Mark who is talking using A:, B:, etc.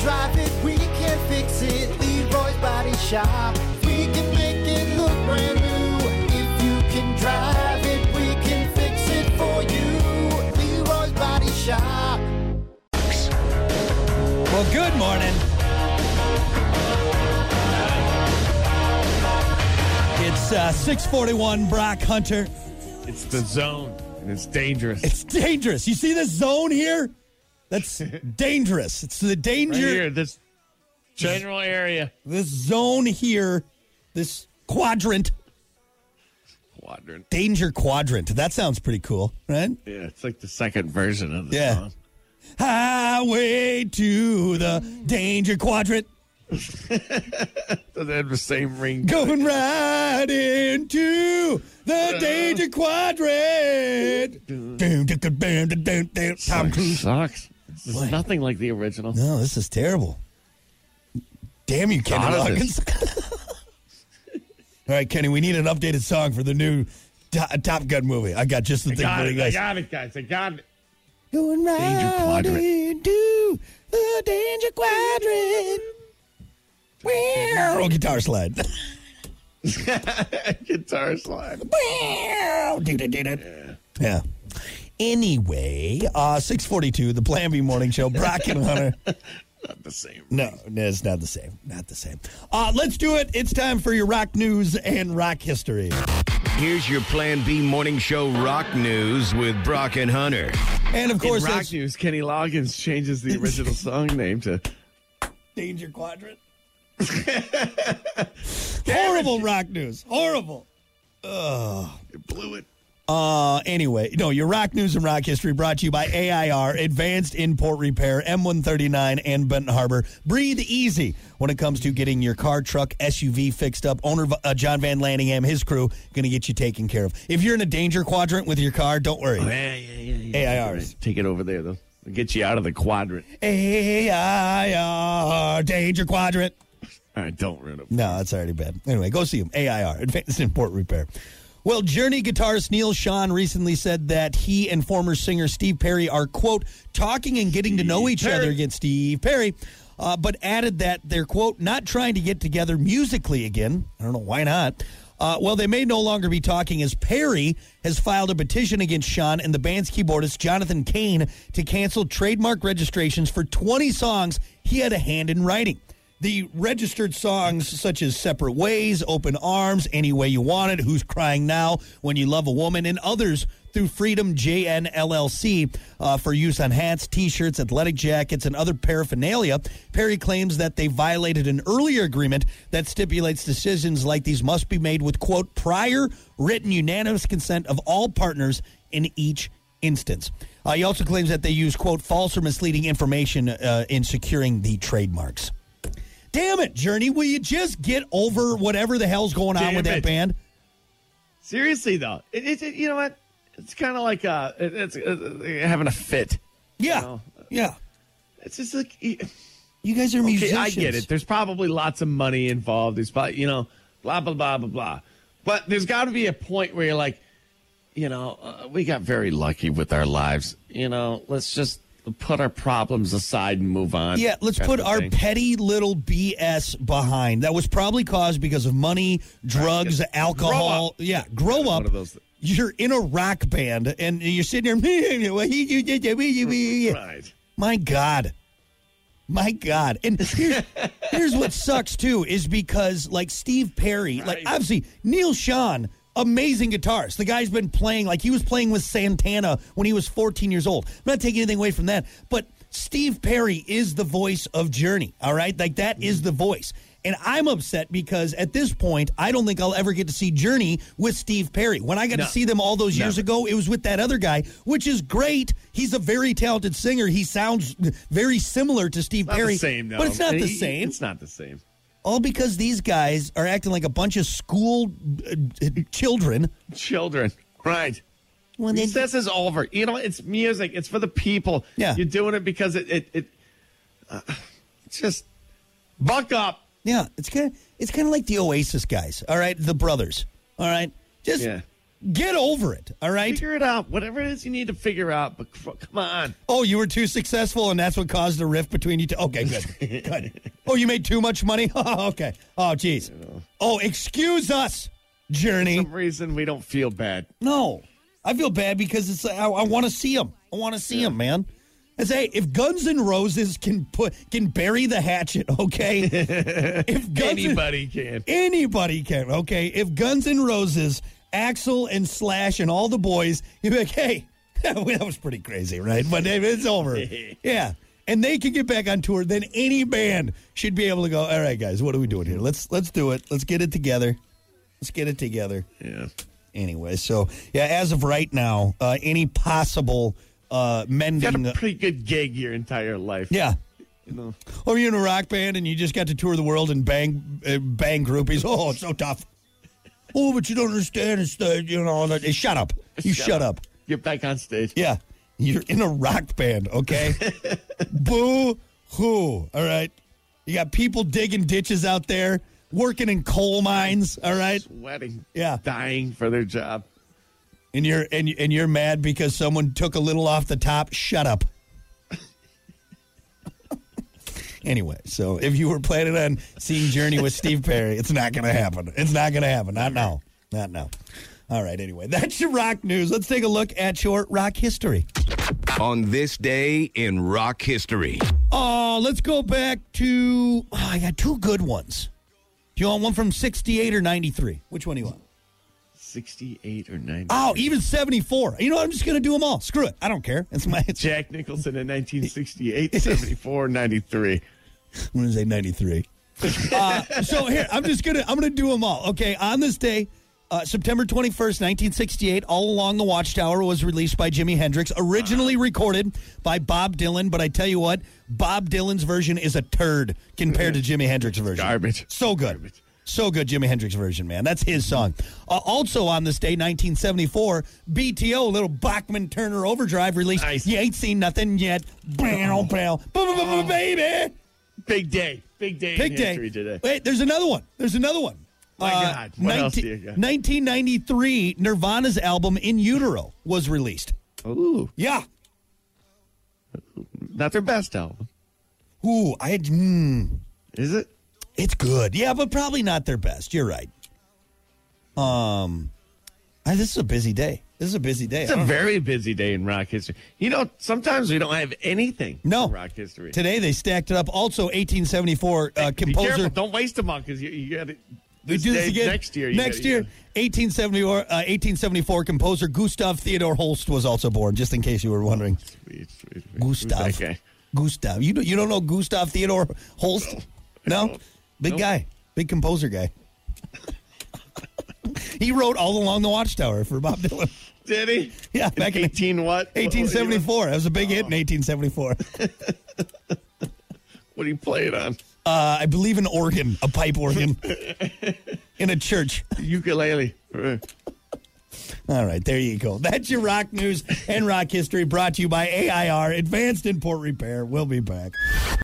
A: drive it, we can fix it. Leroy's Body Shop. We can make it look brand new. If you can drive it, we can fix it for you. Leroy's Body Shop.
B: Well, good morning. It's uh, 641 Brock Hunter.
C: It's the zone, and it's dangerous.
B: It's dangerous. You see this zone here? That's dangerous. It's the
C: right
B: danger.
C: here, this general area.
B: This zone here, this quadrant,
C: Quadrant.
B: danger quadrant. That sounds pretty cool, right?
C: Yeah, it's like the second version of the
B: Yeah.
C: song.
B: Highway to the danger quadrant.
C: Doesn't have the same ring.
B: Going right into the danger quadrant. Dun, dun, dun, dun, dun, dun, dun. Tom
C: Like,
B: Cruise.
C: sucks. This is
B: What?
C: nothing like the original.
B: No, this is terrible. Damn you, Kenny
C: God,
B: Loggins. All right, Kenny, we need an updated song for the new To- Top Gun movie. I got just the thing for you guys.
C: got it, guys. I got it.
B: Going right
C: Danger quadrant.
B: into the danger quadrant. Wow, guitar slide.
C: Guitar slide.
B: Wow. Do-do-do-do. Yeah. Anyway, uh, 642, the Plan B Morning Show, Brock and Hunter.
C: Not the same.
B: No, no, it's not the same. Not the same. Uh, let's do it. It's time for your rock news and rock history.
D: Here's your Plan B morning show rock news with Brock and Hunter.
B: And of course,
C: In rock
B: that's
C: news, Kenny Loggins changes the original song name to
B: Danger Quadrant. Horrible rock news. Horrible.
C: It Blew It.
B: Uh, anyway, no, your rock news and rock history brought to you by AIR, Advanced Import Repair, M139, and Benton Harbor. Breathe easy when it comes to getting your car, truck, SUV fixed up. Owner uh, John Van Lanningham, his crew, going to get you taken care of. If you're in a danger quadrant with your car, don't worry.
C: Yeah, yeah, yeah.
B: AIRs.
C: Take it over there, though. It'll get you out of the quadrant.
B: AIR Danger Quadrant.
C: All right, don't ruin it.
B: No, that's already bad. Anyway, go see him. AIR, Advanced Import Repair. Well, Journey guitarist Neil Sean recently said that he and former singer Steve Perry are, quote, talking and getting to know each other again, Steve Perry, uh, but added that they're, quote, not trying to get together musically again. I don't know why not. Uh, well, they may no longer be talking as Perry has filed a petition against Sean and the band's keyboardist Jonathan Kane to cancel trademark registrations for 20 songs he had a hand in writing. The registered songs such as Separate Ways, Open Arms, Any Way You Want It, Who's Crying Now, When You Love a Woman, and others through Freedom JN LLC uh, for use on hats, t shirts, athletic jackets, and other paraphernalia. Perry claims that they violated an earlier agreement that stipulates decisions like these must be made with, quote, prior written unanimous consent of all partners in each instance. Uh, he also claims that they use, quote, false or misleading information uh, in securing the trademarks. Damn it, Journey. Will you just get over whatever the hell's going on
C: Damn
B: with that
C: it.
B: band?
C: Seriously though, it, it, it- you know what? It's kind of like uh, it, it's uh, having a fit.
B: Yeah.
C: No.
B: Yeah.
C: It's just like y-
B: You guys are
C: okay,
B: musicians.
C: I get it. There's probably lots of money involved. There's probably you know, blah blah blah blah blah. But there's got to be a point where you're like, you know, uh, we got very lucky with our lives. You know, let's just put our problems aside and move on.
B: Yeah, let's
C: kind
B: put
C: of
B: our
C: thing.
B: petty little BS behind. That was probably caused because of money, drugs, alcohol. yeah, grow
C: One
B: up.
C: of those-
B: You're in a rock band and you're sitting there.
C: right.
B: My God. My God. And here- here's what sucks too is because like Steve Perry, like
C: Right.
B: obviously Neil Sean, amazing guitarist. The guy's been playing like he was playing with Santana when he was 14 years old. I'm not taking anything away from that, but Steve Perry is the voice of Journey, all right? Like that is
C: Mm-hmm.
B: the voice. And I'm upset because at this point, I don't think I'll ever get to see Journey with Steve Perry. When I got
C: No.
B: to see them all those years
C: Never.
B: ago, ago, it was with that other guy, which is great. He's a very talented singer. He sounds very similar to Steve
C: Not
B: Perry,
C: the same, no.
B: but it's not the
C: It-
B: same.
C: It's not the same.
B: All because these guys are acting like a bunch of school uh, uh, children.
C: Children, right?
B: When they,
C: Recess is over. You know, it's music. It's for the people.
B: Yeah.
C: You're doing it because it, it, it uh, just buck up.
B: yeah, it's kind of it's kind of like the Oasis guys. All right, the brothers. All right, just
C: Yeah.
B: Get over it, all right?
C: Figure it out. Whatever it is you need to figure out, but c- come on.
B: Oh, you were too successful, and that's what caused a rift between you two. Okay, good, good. Oh, you made too much money. Oh, okay. Oh, jeez. Oh, excuse us, Journey.
C: For some reason we don't feel bad.
B: No, I feel bad because it's I, I want to see him. I want to see him, man. I say if Guns N' Roses can put can bury the hatchet, okay. if Guns N-
C: Anybody can.
B: anybody can, okay. If Guns N' Roses, Axel and Slash and all the boys, you're like, hey, that was pretty crazy, right? But hey, it's over, yeah. And they can get back on tour. Then any band should be able to go. All right, guys, what are we doing here? Let's let's do it. Let's get it together. Let's get it together
C: Yeah.
B: anyway so yeah as of right now uh any possible uh
C: Got
B: mending
C: a pretty good gig your entire life.
B: yeah
C: You know.
B: or you're in a rock band and Oh, you just got to tour the world and bang uh, bang groupies oh it's so tough oh but you don't understand it's the you know that hey, shut up you shut, up.
C: Get back on stage.
B: yeah you're in a rock band okay boo hoo all right you got people digging ditches out there working in coal mines all right
C: Sweating.
B: Yeah.
C: Dying for their job.
B: and you're and, you- and you're mad because someone took a little off the top shut up anyway so if you were planning on seeing journey with steve perry it's not gonna happen it's not gonna happen not now not now all right anyway that's your rock news let's take a look at your rock history
D: On this day in rock history,
B: oh let's go back to oh, i got two good ones do you want one from 68 or 93 which one do you want
C: 68 or 90.
B: oh even 74 you know what i'm just gonna do them all screw it i don't care it's my it's
C: Jack Nicholson in 1968, 74, 93.
B: I'm gonna say 93. uh, so here, I'm just gonna I'm gonna do them all. Okay, on this day, uh, September 21st, 1968, "All Along the Watchtower" was released by Jimi Hendrix, originally
C: Uh-huh.
B: recorded by Bob Dylan. But I tell you what, Bob Dylan's version is a turd compared to Jimi Hendrix's version.
C: Garbage.
B: So good. So good, Jimi Hendrix version, man. That's his song. Uh, also on this day, 1974, BTO, little Bachman Turner Overdrive released.
C: Nice. Oh.
B: You ain't seen nothing yet. Bow, bow, bow, bow, bow, baby.
C: Big day. Big day
B: Big
C: in
B: day.
C: history today.
B: Wait, there's another one. There's another one. Uh,
C: My God. What else do you got?
B: 1993, Nirvana's album In Utero was released.
C: Ooh.
B: Yeah.
C: Not their best album.
B: Ooh, I had. Mm,
C: Is it?
B: it's good. Yeah, but probably not their best. You're right. Um, I- this is a busy day. This is a busy day.
C: It's
B: I
C: a
B: don't-
C: very busy day in rock history. You know, sometimes we don't have anything
B: no
C: in rock history.
B: Today they stacked it up. Also, 1874 uh,
C: Be careful.
B: composer.
C: Don't waste them all because you, you got it.
B: We do this again
C: next year. you
B: Next
C: gotta-
B: year,
C: you
B: 1874, uh, 1874 composer Gustav Theodor Holst was also born. Just in case you were wondering.
C: gotta- sweet, sweet, sweet. Who's
B: Gustav.
C: that guy?
B: Gustav. You don't, you don't know Gustav Theodore Holst? No. Big guy. Big composer guy. he wrote All Along the Watchtower for Bob Dylan.
C: Did he?
B: Yeah,
C: In
B: back in
C: 18 what?
B: 1874. That was a big hit in 1874.
C: What do you play it on?
B: Uh, I believe an organ, a pipe organ, in a church.
C: Ukulele.
B: All right, there you go. That's your rock news and rock history brought to you by AIR Advanced Import Repair. We'll be back.